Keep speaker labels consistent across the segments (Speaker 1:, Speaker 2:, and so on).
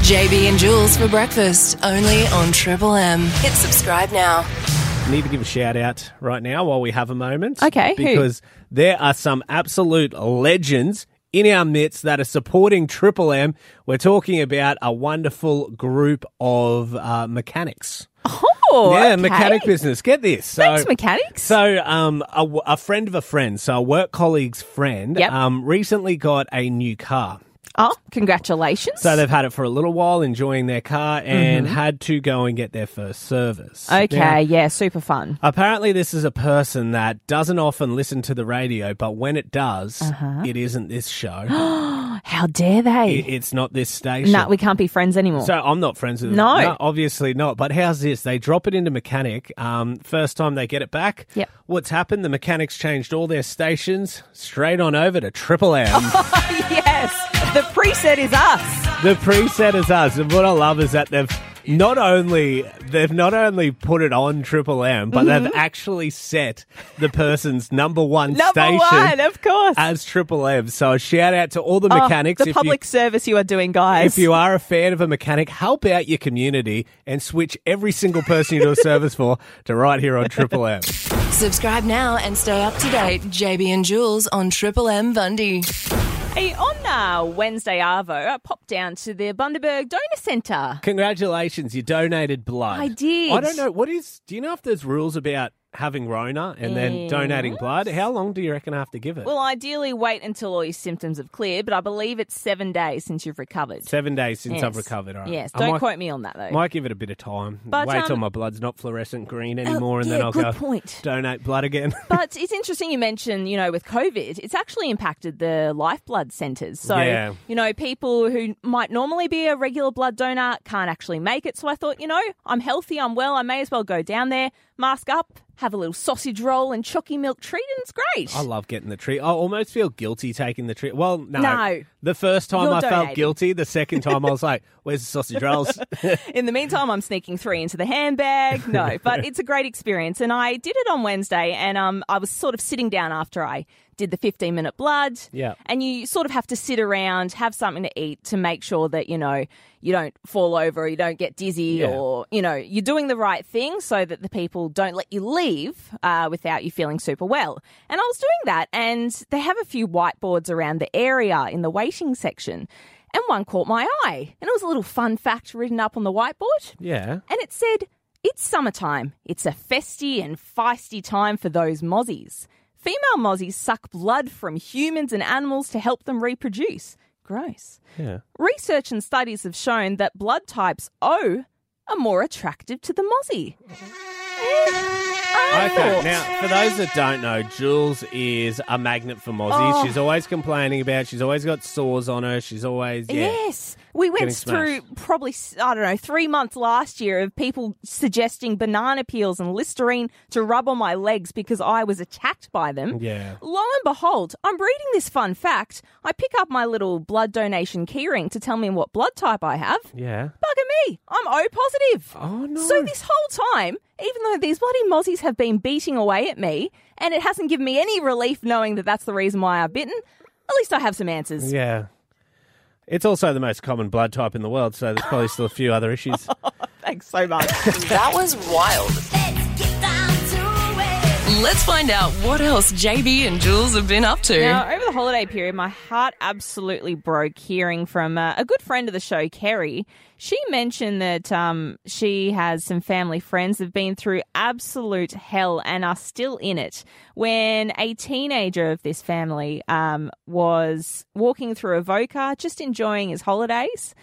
Speaker 1: JB and Jules for breakfast, only on Triple M. Hit subscribe now.
Speaker 2: Need to give a shout out right now while we have a moment.
Speaker 3: Okay, who?
Speaker 2: Because there are some absolute legends in our midst that are supporting Triple M. We're talking about a wonderful group of uh, mechanics.
Speaker 3: Oh,
Speaker 2: yeah,
Speaker 3: okay.
Speaker 2: mechanic business. Get this. So,
Speaker 3: Thanks, mechanics.
Speaker 2: So, um, a, w- a friend of a friend, so a work colleague's friend,
Speaker 3: Yep.
Speaker 2: um, recently got a new car.
Speaker 3: Oh, congratulations.
Speaker 2: So they've had it for a little while, enjoying their car, and had to go and get their first service.
Speaker 3: Mm-hmm. okay,
Speaker 2: Now,
Speaker 3: yeah, super fun.
Speaker 2: Apparently, this is a person that doesn't often listen to the radio, but when it does,
Speaker 3: Uh-huh.
Speaker 2: it isn't this show.
Speaker 3: How dare
Speaker 2: It-
Speaker 3: they?
Speaker 2: it's not this station.
Speaker 3: No, we can't be friends anymore.
Speaker 2: So I'm not friends with them.
Speaker 3: No.
Speaker 2: obviously not. But how's this? They drop it into mechanic. Um, first time they get it back.
Speaker 3: Yep.
Speaker 2: What's happened? The mechanics changed all their stations straight on over to Triple M.
Speaker 3: yes, the preset is us.
Speaker 2: the preset is us, and what I love is that they've not only they've not only put it on Triple M, but they've actually set the person's number one
Speaker 3: Mm-hmm. Number
Speaker 2: station.
Speaker 3: one, of course.
Speaker 2: as Triple M. So a shout out to all the
Speaker 3: Oh,
Speaker 2: mechanics.
Speaker 3: the
Speaker 2: if
Speaker 3: public service you are doing,
Speaker 2: You,
Speaker 3: guys.
Speaker 2: if you are a fan of a mechanic, help out your community and switch every single person you do a service for to right here on Triple M.
Speaker 1: Subscribe now and stay up to date. JB and Jules on Triple M Bundy.
Speaker 3: Hey, on uh, Wednesday, Arvo, I popped down to the Bundaberg Donor Centre.
Speaker 2: Congratulations, you donated blood.
Speaker 3: I did.
Speaker 2: I don't know what is. Do you know if there's rules about having Rona and then donating blood? How long do you reckon I have to give it?
Speaker 3: Well, ideally, wait until all your symptoms have cleared, but I believe it's seven days since you've recovered.
Speaker 2: Seven days since I've
Speaker 3: Yes.
Speaker 2: recovered. All right.
Speaker 3: Yes,
Speaker 2: I
Speaker 3: don't
Speaker 2: might,
Speaker 3: quote me on that though.
Speaker 2: Might give it a bit of time.
Speaker 3: But,
Speaker 2: Wait till
Speaker 3: um, Oh,
Speaker 2: my blood's not fluorescent green anymore, and
Speaker 3: yeah,
Speaker 2: then I'll
Speaker 3: good
Speaker 2: go
Speaker 3: point.
Speaker 2: donate blood again.
Speaker 3: But it's interesting you mentioned, you know, with COVID, it's actually impacted the lifeblood centres. So,
Speaker 2: Yeah.
Speaker 3: you know, people who might normally be a regular blood donor can't actually make it. So I thought, you know, I'm healthy, I'm well, I may as well go down there, mask up, have a little sausage roll and chocky milk treat, and it's great.
Speaker 2: I love getting the treat. I almost feel guilty taking the treat. Well, no.
Speaker 3: No.
Speaker 2: The first time
Speaker 3: You're
Speaker 2: I felt
Speaker 3: donating.
Speaker 2: guilty. The second time I was like, "Where's the sausage rolls?"
Speaker 3: In the meantime, I'm sneaking three into the handbag. No, but it's a great experience. And I did it on Wednesday, and um, I was sort of sitting down after I did the 15 minute blood.
Speaker 2: Yeah.
Speaker 3: And you sort of have to sit around, have something to eat to make sure that, you know, you don't fall over, you don't get dizzy,
Speaker 2: Yeah.
Speaker 3: or, you know, you're doing the right thing so that the people don't let you leave uh, without you feeling super well. And I was doing that, and they have a few whiteboards around the area in the waiting section. And one caught my eye, and it was a little fun fact written up on the whiteboard.
Speaker 2: yeah.
Speaker 3: And it said, It's summertime. It's a festy and feisty time for those mozzies. Female mozzies suck blood from humans and animals to help them reproduce. Gross.
Speaker 2: Yeah.
Speaker 3: Research and studies have shown that blood types O are more attractive to the mozzie.
Speaker 2: Okay. Now, for those that don't know, Jules is a magnet for mozzies.
Speaker 3: Oh.
Speaker 2: She's always complaining about. She's always got sores on her. She's always yeah.
Speaker 3: Yes. We went
Speaker 2: Getting smashed.
Speaker 3: through probably, I don't know, three months last year of people suggesting banana peels and Listerine to rub on my legs because I was attacked by them.
Speaker 2: Yeah.
Speaker 3: Lo and behold, I'm reading this fun fact. I pick up my little blood donation keyring to tell me what blood type I have.
Speaker 2: Yeah.
Speaker 3: Bugger me, I'm O positive.
Speaker 2: Oh, no.
Speaker 3: So this whole time, even though these bloody mozzies have been beating away at me, and it hasn't given me any relief knowing that that's the reason why I've bitten, at least I have some answers.
Speaker 2: Yeah. It's also the most common blood type in the world, so there's probably still a few other issues.
Speaker 3: Thanks so much.
Speaker 1: That was wild. Let's find out what else JB and Jules have been up to.
Speaker 3: Now, over the holiday period, my heart absolutely broke hearing from uh, a good friend of the show, Kerry. She mentioned that um, she has some family friends that have been through absolute hell and are still in it when a teenager of this family um, was walking through a Voca, just enjoying his holidays.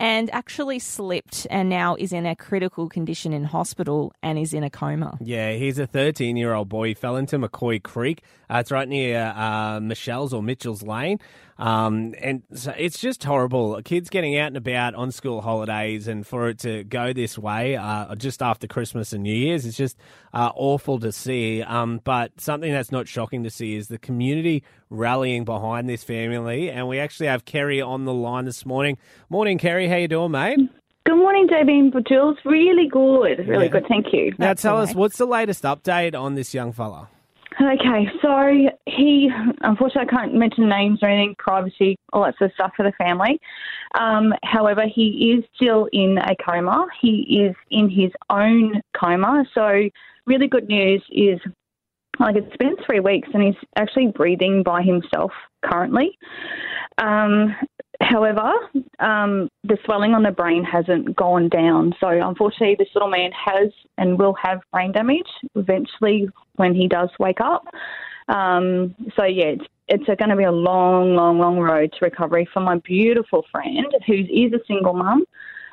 Speaker 3: And actually slipped and now is in a critical condition in hospital and is in a coma.
Speaker 2: Yeah, he's a 13 year old boy. He fell into McCoy Creek. Uh, it's right near uh, Michelle's or Mitchell's Lane. Um, and so it's just horrible. Kids getting out and about on school holidays, and for it to go this way uh, just after Christmas and New Year's, it's just uh, awful to see. Um, but something that's not shocking to see is the community rallying behind this family. And we actually have Kerry on the line this morning. Morning, Kerry. How you doing, mate?
Speaker 4: Good morning, JB and Jules. Really good. Really good. Thank you.
Speaker 2: Now, tell us what's the latest update on this young fella?
Speaker 4: Okay, so he, unfortunately, I can't mention names or anything, privacy, all that sort of stuff for the family. Um, however, he is still in a coma. He is in his own coma. So, really good news is like it's been three weeks and he's actually breathing by himself currently. Um, however, um, the swelling on the brain hasn't gone down. So, unfortunately, this little man has and will have brain damage eventually when he does wake up. Um, so, yeah, it's, it's going to be a long, long, long road to recovery for my beautiful friend who is a single mum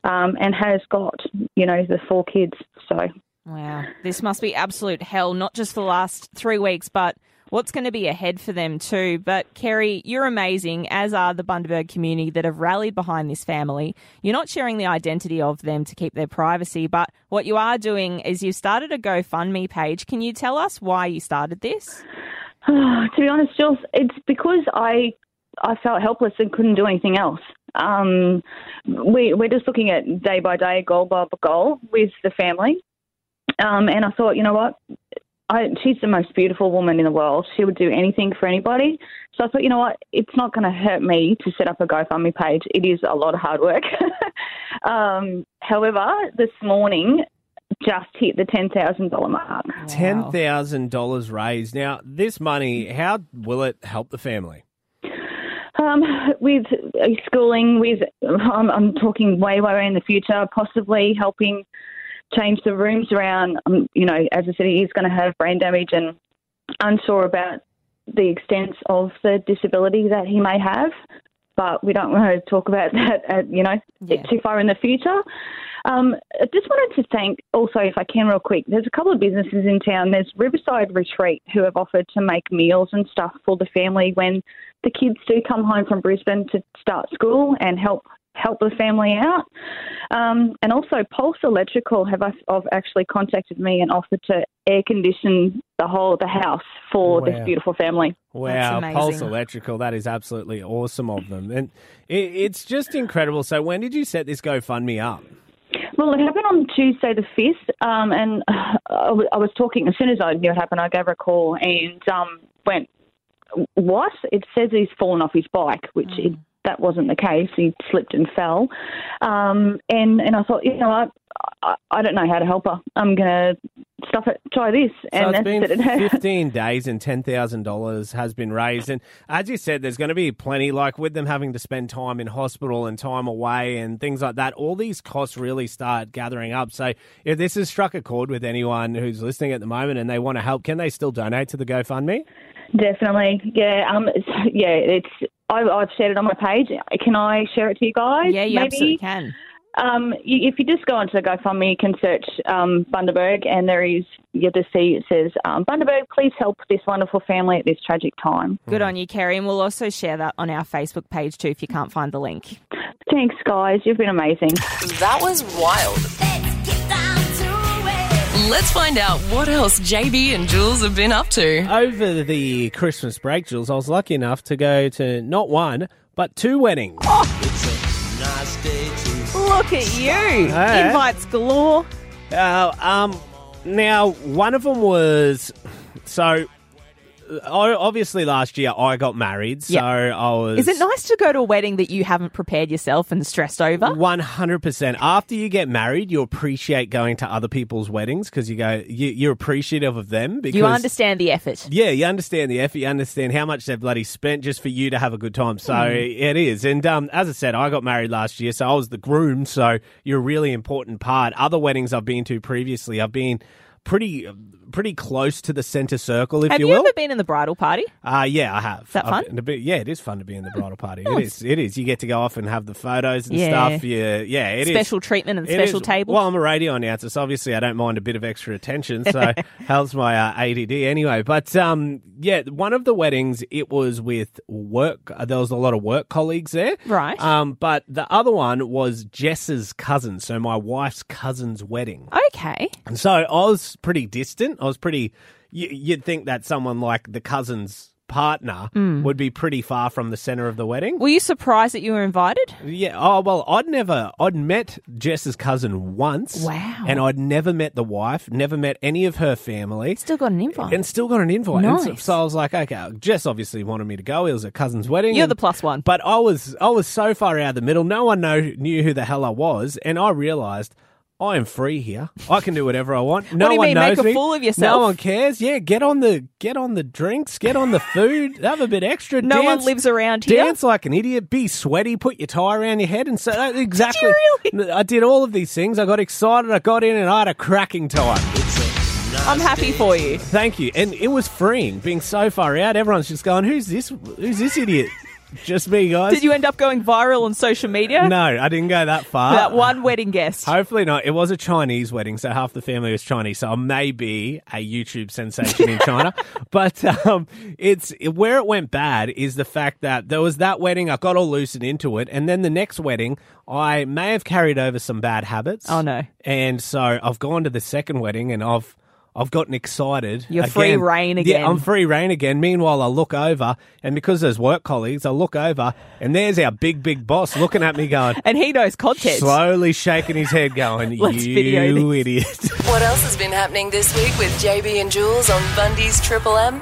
Speaker 4: um, and has got, you know, the four kids. So,
Speaker 3: Wow. This must be absolute hell, not just the last three weeks, but what's going to be ahead for them too. But Kerry, you're amazing, as are the Bundaberg community that have rallied behind this family. You're not sharing the identity of them to keep their privacy, but what you are doing is you've started a GoFundMe page. Can you tell us why you started this?
Speaker 4: to be honest, Jules, it's because I I felt helpless and couldn't do anything else. Um, we we're just looking at day by day, goal by goal with the family, um, and I thought, you know what, I, she's the most beautiful woman in the world. She would do anything for anybody. So I thought, you know what, it's not going to hurt me to set up a GoFundMe page. It is a lot of hard work. um, however, this morning just hit the ten thousand dollar mark.
Speaker 2: Ten thousand dollars raised. Now, this money, how will it help the family?
Speaker 4: Um, with uh, schooling, with I'm, I'm talking way, way in the future, possibly helping change the rooms around. Um, you know, as I said, he is going to have brain damage and unsure about the extent of the disability that he may have. But we don't want to talk about that, uh you know,
Speaker 3: Yeah.
Speaker 4: too far in the future. Um, I just wanted to thank also, if I can, real quick. There's a couple of businesses in town. There's Riverside Retreat who have offered to make meals and stuff for the family when the kids do come home from Brisbane to start school and help help the family out. Um, and also, Pulse Electrical have, us- have actually contacted me and offered to air condition the whole of the house for this
Speaker 2: Wow.
Speaker 4: beautiful family.
Speaker 2: Wow,
Speaker 3: amazing.
Speaker 2: Pulse Electrical, that is absolutely awesome of them. And it, it's just incredible. So, when did you set this GoFundMe up?
Speaker 4: Well, it happened on Tuesday the 5th, um, and uh, I wa- I was talking, as soon as I knew it happened, I gave her a call and um, went, What? It says he's fallen off his bike, which it, that wasn't the case. He slipped and fell. Um, and, and I thought, you know what? I, I don't know how to help her. I'm going to stuff it, try this.
Speaker 2: So
Speaker 4: and
Speaker 2: it's been
Speaker 4: that's it.
Speaker 2: 15 days and $10,000 has been raised. And as you said, there's going to be plenty, like with them having to spend time in hospital and time away and things like that, all these costs really start gathering up. So if this has struck a chord with anyone who's listening at the moment and they want to help, can they still donate to the GoFundMe?
Speaker 4: Definitely. Yeah. Um, it's- yeah, it's. I, I've shared it on my page. Can I share it to you guys?
Speaker 3: Yeah, you
Speaker 4: maybe?
Speaker 3: absolutely can.
Speaker 4: Um, you, if you just go onto the GoFundMe, you can search um, Bundaberg, and there is you'll just see it says um, Bundaberg. Please help this wonderful family at this tragic time.
Speaker 3: Good on you, Kerry. And we'll also share that on our Facebook page too if you can't find the link.
Speaker 4: Thanks, guys. You've been amazing.
Speaker 1: That was wild. Let's find out what else JB and Jules have been up to.
Speaker 2: Over the Christmas break, Jules, I was lucky enough to go to not one, but two weddings.
Speaker 3: Look at you.
Speaker 2: Hey.
Speaker 3: Invites galore.
Speaker 2: Uh, um, now, one of them was so. uh, Obviously, last year I got married, so
Speaker 3: Yeah.
Speaker 2: I was.
Speaker 3: Is it nice to go to a wedding that you haven't prepared yourself and stressed over?
Speaker 2: One hundred percent. After you get married, you appreciate going to other people's weddings because you go, you, you're appreciative of them. Because
Speaker 3: You understand the effort.
Speaker 2: Yeah, you understand the effort. You understand how much they've bloody spent just for you to have a good time. So
Speaker 3: Hmm.
Speaker 2: it is. And um, as I said, I got married last year, so I was the groom. So you're a really important part. Other weddings I've been to previously, I've been pretty pretty close to the centre circle, if
Speaker 3: Have
Speaker 2: you,
Speaker 3: you,
Speaker 2: will.
Speaker 3: ever been in the bridal party?
Speaker 2: Uh, yeah, I have.
Speaker 3: that
Speaker 2: I've
Speaker 3: fun? Oh,
Speaker 2: been a bit- yeah, it is fun to be in the bridal party. It is. It is. You get to go off and have the photos and
Speaker 3: Yeah.
Speaker 2: stuff. Yeah, yeah. It is.
Speaker 3: Special treatment and
Speaker 2: It
Speaker 3: special
Speaker 2: is.
Speaker 3: table.
Speaker 2: Well, I'm a radio announcer, so obviously I don't mind a bit of extra attention. So how's my uh, ADD anyway? But um, yeah, one of the weddings it was with work. uh, There was a lot of work colleagues there,
Speaker 3: Right.
Speaker 2: Um, but the other one was Jess's cousin, so my wife's cousin's wedding.
Speaker 3: okay.
Speaker 2: And so I was pretty distant. I was pretty. You, you'd think that someone like the cousin's partner
Speaker 3: Mm.
Speaker 2: would be pretty far from the center of the wedding.
Speaker 3: Were you surprised that you were invited?
Speaker 2: Yeah. Oh well, I'd never. I'd met Jess's cousin once.
Speaker 3: Wow.
Speaker 2: And I'd never met the wife. Never met any of her family.
Speaker 3: Still got an invite.
Speaker 2: and still got an invite. And so,
Speaker 3: Nice.
Speaker 2: so I was like, okay, Jess obviously wanted me to go. It was her cousin's wedding.
Speaker 3: You're
Speaker 2: and-
Speaker 3: the plus one.
Speaker 2: But I was I was so far out of the middle. No one know, knew who the hell I was, and I realised. I am free here. I can do whatever I want. No
Speaker 3: do you
Speaker 2: one
Speaker 3: mean, make
Speaker 2: knows
Speaker 3: a
Speaker 2: me.
Speaker 3: fool of yourself?
Speaker 2: No one cares. Yeah, get on the get on the drinks, get on the food, have a bit extra.
Speaker 3: no
Speaker 2: dance,
Speaker 3: one lives around here.
Speaker 2: dance like an idiot, be sweaty, put your tie around your head, and so uh, exactly. I did all of these things. I got excited. I got in, and I had a cracking time.
Speaker 3: I'm happy for you.
Speaker 2: Thank you. And it was freeing being so far out. Everyone's just going, "Who's this? Who's this idiot?" just me, guys.
Speaker 3: Did you end up going viral on social media?
Speaker 2: No, I didn't go that far.
Speaker 3: That one wedding guest.
Speaker 2: Hopefully not. It was a Chinese wedding, so half the family was Chinese. So I may be a YouTube sensation in China. But um, it's where it went bad is the fact that there was that wedding. I got all loosened into it, and then the next wedding, I may have carried over some bad habits.
Speaker 3: Oh, no.
Speaker 2: And so I've gone to the second wedding, and I've. I've gotten excited.
Speaker 3: You're free rein again.
Speaker 2: Yeah, I'm free rein again. Meanwhile, I look over, and because there's work colleagues, I look over, and there's our big, big boss looking at me going,
Speaker 3: And he knows content.
Speaker 2: Slowly shaking his head, going,
Speaker 3: Let's video
Speaker 2: "You idiot!"
Speaker 1: What else has been happening this week with JB and Jules on Bundy's Triple M?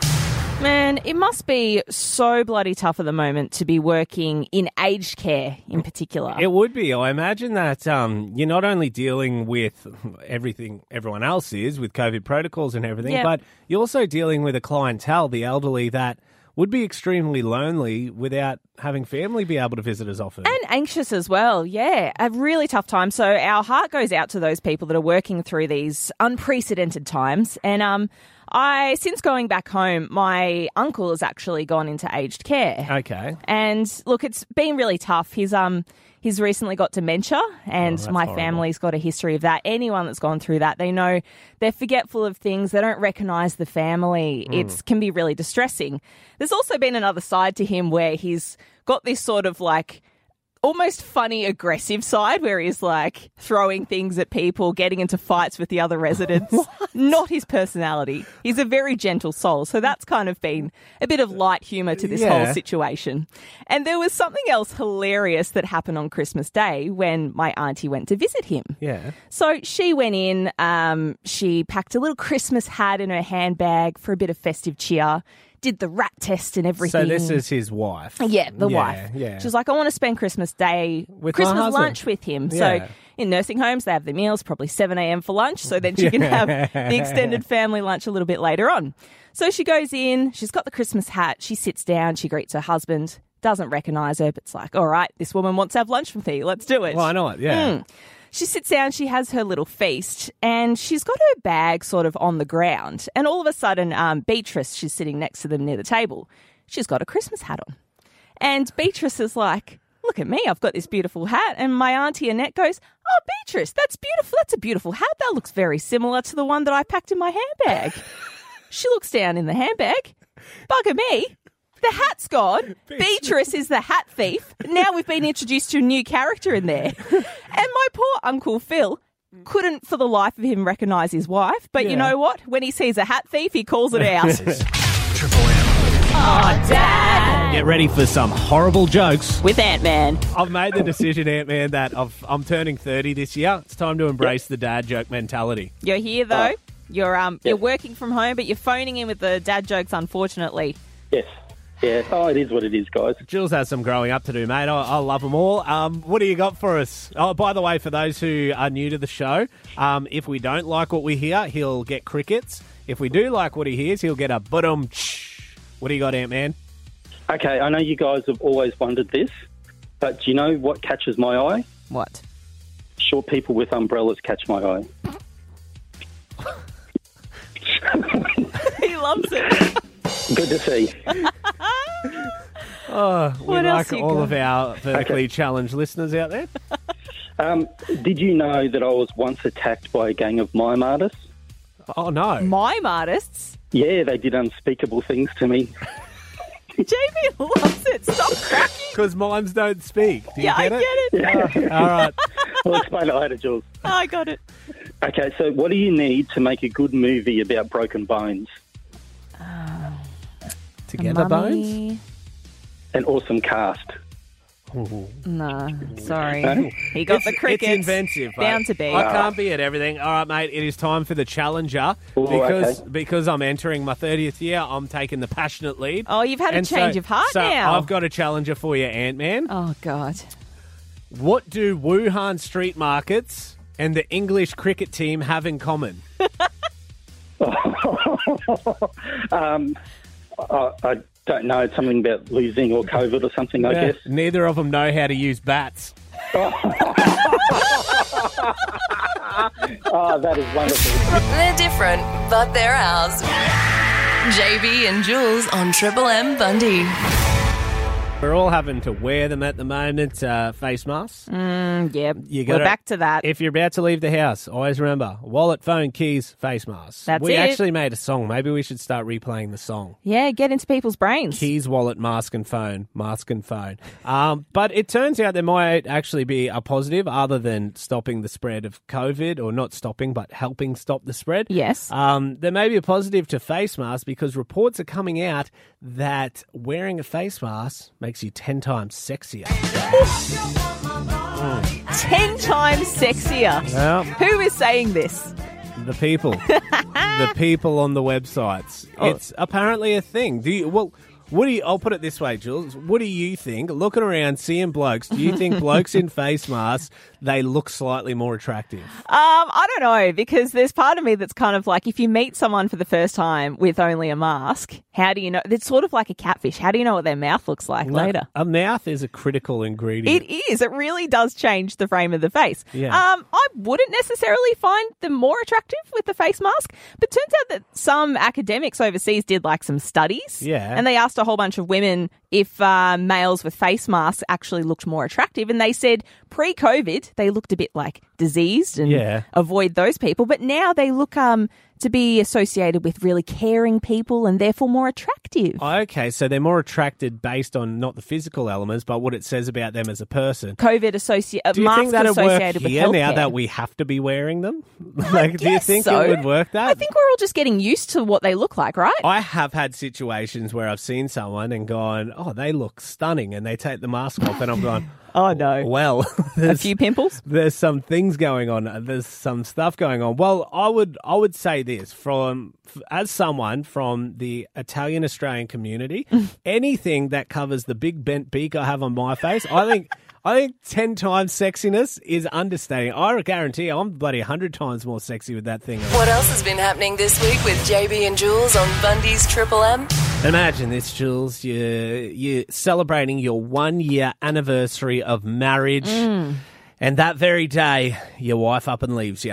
Speaker 3: Man, it must be so bloody tough at the moment to be working in aged care in particular.
Speaker 2: It would be. I imagine that um, you're not only dealing with everything everyone else is with COVID protocols and everything,
Speaker 3: Yep.
Speaker 2: but you're also dealing with a clientele, the elderly, that would be extremely lonely without having family be able to visit as often.
Speaker 3: and anxious as well, yeah. A really tough time. So our heart goes out to those people that are working through these unprecedented times. And um I since going back home, my uncle has actually gone into aged care.
Speaker 2: okay.
Speaker 3: And look, it's been really tough. He's um he's recently got dementia and my family's got a history of that. Anyone that's gone through that, they know they're forgetful of things, they don't recognize the family. It's can be really distressing. There's also been another side to him where he's got this sort of like almost funny aggressive side where he's like throwing things at people, getting into fights with the other residents. Not his personality. He's a very gentle soul. So that's kind of been a bit of light humor to this
Speaker 2: Yeah.
Speaker 3: whole situation. And there was something else hilarious that happened on Christmas Day when my auntie went to visit him.
Speaker 2: Yeah.
Speaker 3: So she went in, um, she packed a little Christmas hat in her handbag for a bit of festive cheer, did the rat test and everything.
Speaker 2: So this is his wife.
Speaker 3: Yeah, the
Speaker 2: Yeah,
Speaker 3: wife.
Speaker 2: yeah.
Speaker 3: She was like, I want to spend Christmas Day,
Speaker 2: With my
Speaker 3: Christmas
Speaker 2: husband.
Speaker 3: lunch with him.
Speaker 2: Yeah.
Speaker 3: So in nursing homes, they have the meals, probably 7 a.m. for lunch. So then she can have the extended family lunch a little bit later on. So she goes in, she's got the Christmas hat, she sits down, she greets her husband, doesn't recognize her, but it's like, all right, this woman wants to have lunch with me. Let's do it.
Speaker 2: Why not? Yeah.
Speaker 3: She sits down, she has her little feast, and she's got her bag sort of on the ground. And all of a sudden, um, Beatrice, she's sitting next to them near the table, she's got a Christmas hat on. And Beatrice is like, Look at me, I've got this beautiful hat. And my auntie Annette goes, Oh, Beatrice, that's beautiful. That's a beautiful hat. That looks very similar to the one that I packed in my handbag. she looks down in the handbag. Bugger me. The hat's gone. Beatrice is the hat thief. Now we've been introduced to a new character in there. And my poor Uncle Phil couldn't for the life of him recognize his wife. But
Speaker 2: Yeah.
Speaker 3: you know what? When he sees a hat thief, he calls it out.
Speaker 5: Triple M.
Speaker 2: Get ready for some horrible jokes.
Speaker 3: With Ant Man.
Speaker 2: I've made the decision, Ant Man, that I've, I'm turning 30 this year. It's time to embrace the dad joke mentality.
Speaker 3: You're here though. You're um you're working from home, but you're phoning in with the dad jokes, unfortunately.
Speaker 6: Yes. Yeah. Oh, it is what it is, guys.
Speaker 2: Jules has some growing up to do, mate. I, I love them all. Um, what do you got for us? Oh, by the way, for those who are new to the show, um, if we don't like what we hear, he'll get crickets. If we do like what he hears, he'll get a budum. What do you got, Ant Man?
Speaker 6: Okay, I know you guys have always wondered this, but do you know what catches my eye?
Speaker 3: What?
Speaker 6: Short people with umbrellas catch my eye.
Speaker 3: He loves it.
Speaker 6: Good to see.
Speaker 2: We
Speaker 3: What
Speaker 2: like
Speaker 3: else you
Speaker 2: all
Speaker 3: got?
Speaker 2: of our vertically challenged listeners out there.
Speaker 6: Um, did you know that I was once attacked by a gang of mime artists?
Speaker 2: Oh, no.
Speaker 3: Mime artists.
Speaker 6: Yeah, they did unspeakable things to me.
Speaker 3: Jamie loves it. Stop cracking.
Speaker 2: Because mimes don't speak. Do you
Speaker 3: Yeah, I
Speaker 2: get
Speaker 3: get
Speaker 2: it?
Speaker 3: it.
Speaker 2: All right.
Speaker 6: I'll explain it later, Jules.
Speaker 3: I got it.
Speaker 6: Okay, so what do you need to make a good movie about broken bones?
Speaker 2: Together Bones?
Speaker 3: Mummy.
Speaker 6: An awesome cast.
Speaker 2: Ooh.
Speaker 3: No, sorry.
Speaker 6: No.
Speaker 3: He got the
Speaker 2: It's-
Speaker 3: crickets.
Speaker 2: It's inventive. mate.
Speaker 3: Bound to be.
Speaker 2: I can't be at everything. All right, mate. It is time for the challenger
Speaker 6: Ooh,
Speaker 2: because
Speaker 6: okay.
Speaker 2: because I'm entering my thirtieth year. I'm taking the passionate lead.
Speaker 3: Oh, you've had a
Speaker 2: And so-
Speaker 3: change of heart
Speaker 2: so
Speaker 3: now.
Speaker 2: I've got a challenger for you, Ant Man.
Speaker 3: Oh God.
Speaker 2: What do Wuhan street markets and the English cricket team have in common?
Speaker 6: I, I don't know. It's something about losing or COVID or something, I
Speaker 2: Yeah,
Speaker 6: guess.
Speaker 2: Neither of them know how to use bats.
Speaker 6: Oh, that is wonderful.
Speaker 1: They're different, but they're ours. JB and Jules on Triple M Bundy.
Speaker 2: We're all having to wear them at the moment, uh, face masks.
Speaker 3: Mm, yeah.
Speaker 2: You
Speaker 3: We're
Speaker 2: gotta-
Speaker 3: back to that.
Speaker 2: If you're about to leave the house, always remember wallet, phone, keys, face masks.
Speaker 3: That's
Speaker 2: we
Speaker 3: it.
Speaker 2: actually made a song. Maybe we should start replaying the song.
Speaker 3: yeah, get into people's brains.
Speaker 2: Keys, wallet, mask, and phone. Mask and phone. Um, but it turns out there might actually be a positive other than stopping the spread of COVID, or not stopping, but helping stop the spread.
Speaker 3: Yes.
Speaker 2: Um, there may be a positive to face masks because reports are coming out that wearing a face mask makes you 10 times sexier.
Speaker 3: Ten times sexier.
Speaker 2: Yeah.
Speaker 3: Who is saying this?
Speaker 2: The people. the people on the websites.
Speaker 3: Oh.
Speaker 2: It's apparently a thing. Do you well what do you I'll put it this way, Jules. What do you think? Looking around, seeing blokes, do you think blokes in face masks they look slightly more attractive?
Speaker 3: Um, I don't know because there's part of me that's kind of like if you meet someone for the first time with only a mask, how do you know? It's sort of like a catfish. How do you know what their mouth looks like later?
Speaker 2: A mouth is a critical ingredient.
Speaker 3: It is. It really does change the frame of the face.
Speaker 2: Yeah.
Speaker 3: Um, I wouldn't necessarily find them more attractive with the face mask, but turns out that some academics overseas did like some studies.
Speaker 2: Yeah.
Speaker 3: And they asked a whole bunch of women if uh, males with face masks actually looked more attractive. And they said pre COVID, they looked a bit like diseased and
Speaker 2: Yeah.
Speaker 3: avoid those people. But now they look um, to be associated with really caring people and therefore more attractive.
Speaker 2: Okay, so they're more attracted based on not the physical elements, but what it says about them as a person.
Speaker 3: COVID associated,
Speaker 2: Do you
Speaker 3: masks
Speaker 2: think that'll work
Speaker 3: associated with
Speaker 2: here now
Speaker 3: healthcare.
Speaker 2: that we have to be wearing them? like, do you
Speaker 3: guess
Speaker 2: think
Speaker 3: so.
Speaker 2: it would work that?
Speaker 3: I think we're all just getting used to what they look like, right?
Speaker 2: I have had situations where I've seen someone and gone, "Oh, they look stunning," and they take the mask off, and I'm going,
Speaker 3: Oh no,
Speaker 2: "Well,
Speaker 3: a
Speaker 2: there's,
Speaker 3: few pimples.
Speaker 2: there's some things going on. There's some stuff going on." Well, I would I would say this from f- as someone from the Italian Australian community, anything that covers the big bent beak I have on my face, I think. I think 10 times sexiness is understating. I guarantee I'm bloody 100 times more sexy with that thing on.
Speaker 1: What else has been happening this week with JB and Jules on Bundy's Triple M?
Speaker 2: Imagine this, Jules. You you celebrating your one year anniversary of marriage, and that very day, your wife up and leaves you.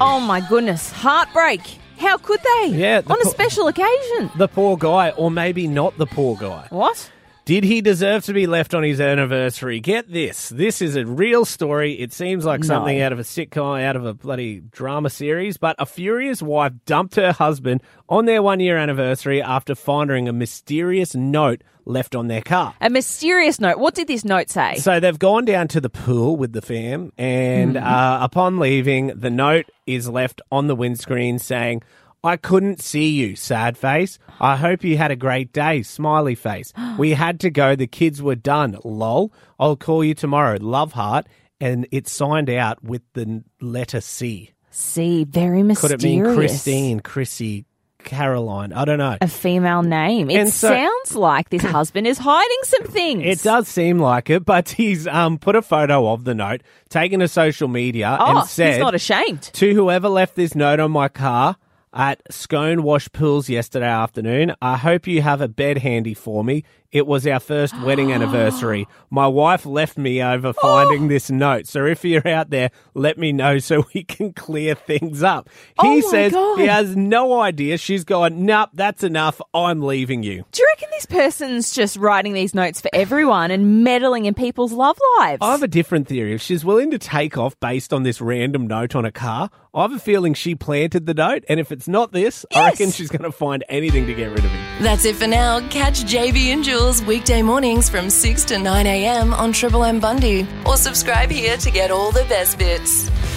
Speaker 3: Oh my goodness, heartbreak. How could they?
Speaker 2: Yeah, the
Speaker 3: on a
Speaker 2: po-
Speaker 3: special occasion.
Speaker 2: The poor guy, or maybe not the poor guy.
Speaker 3: What?
Speaker 2: Did he deserve to be left on his anniversary? Get this. This is a real story. It seems like something out of a sitcom, out of a bloody drama series. But a furious wife dumped her husband on their one year anniversary after finding a mysterious note left on their car.
Speaker 3: A mysterious note. What did this note say?
Speaker 2: So they've gone down to the pool with the fam, and
Speaker 3: Mm.
Speaker 2: uh, upon leaving, the note is left on the windscreen saying, I couldn't see you, sad face. I hope you had a great day, smiley face. We had to go. The kids were done. Lol. I'll call you tomorrow, love heart. And it's signed out with the n- letter C.
Speaker 3: See, very mysterious.
Speaker 2: Could it mean Christine, Chrissy, Caroline? I don't know.
Speaker 3: A female name. It
Speaker 2: And so-
Speaker 3: sounds like this husband is hiding some things.
Speaker 2: It does seem like it, but he's um, put a photo of the note, taken to social media,
Speaker 3: Oh,
Speaker 2: and said,
Speaker 3: he's not ashamed.
Speaker 2: To whoever left this note on my car at Scone Wash Pools yesterday afternoon, I hope you have a bed handy for me. It was our first wedding anniversary. My wife left me over finding
Speaker 3: Oh.
Speaker 2: this note. So if you're out there, let me know so we can clear things up.
Speaker 3: Oh
Speaker 2: He
Speaker 3: my
Speaker 2: says
Speaker 3: God.
Speaker 2: he has no idea. She's gone, nope, that's enough. I'm leaving you.
Speaker 3: Do you reckon this person's just writing these notes for everyone and meddling in people's love lives?
Speaker 2: I have a different theory. If she's willing to take off based on this random note on a car, I have a feeling she planted the note. And if it's not this, I reckon
Speaker 3: Yes.
Speaker 2: she's going to find anything to get rid of him.
Speaker 1: That's it for now. Catch JB and Jules weekday mornings from 6 to 9 a.m. on Triple M Bundy or subscribe here to get all the best bits.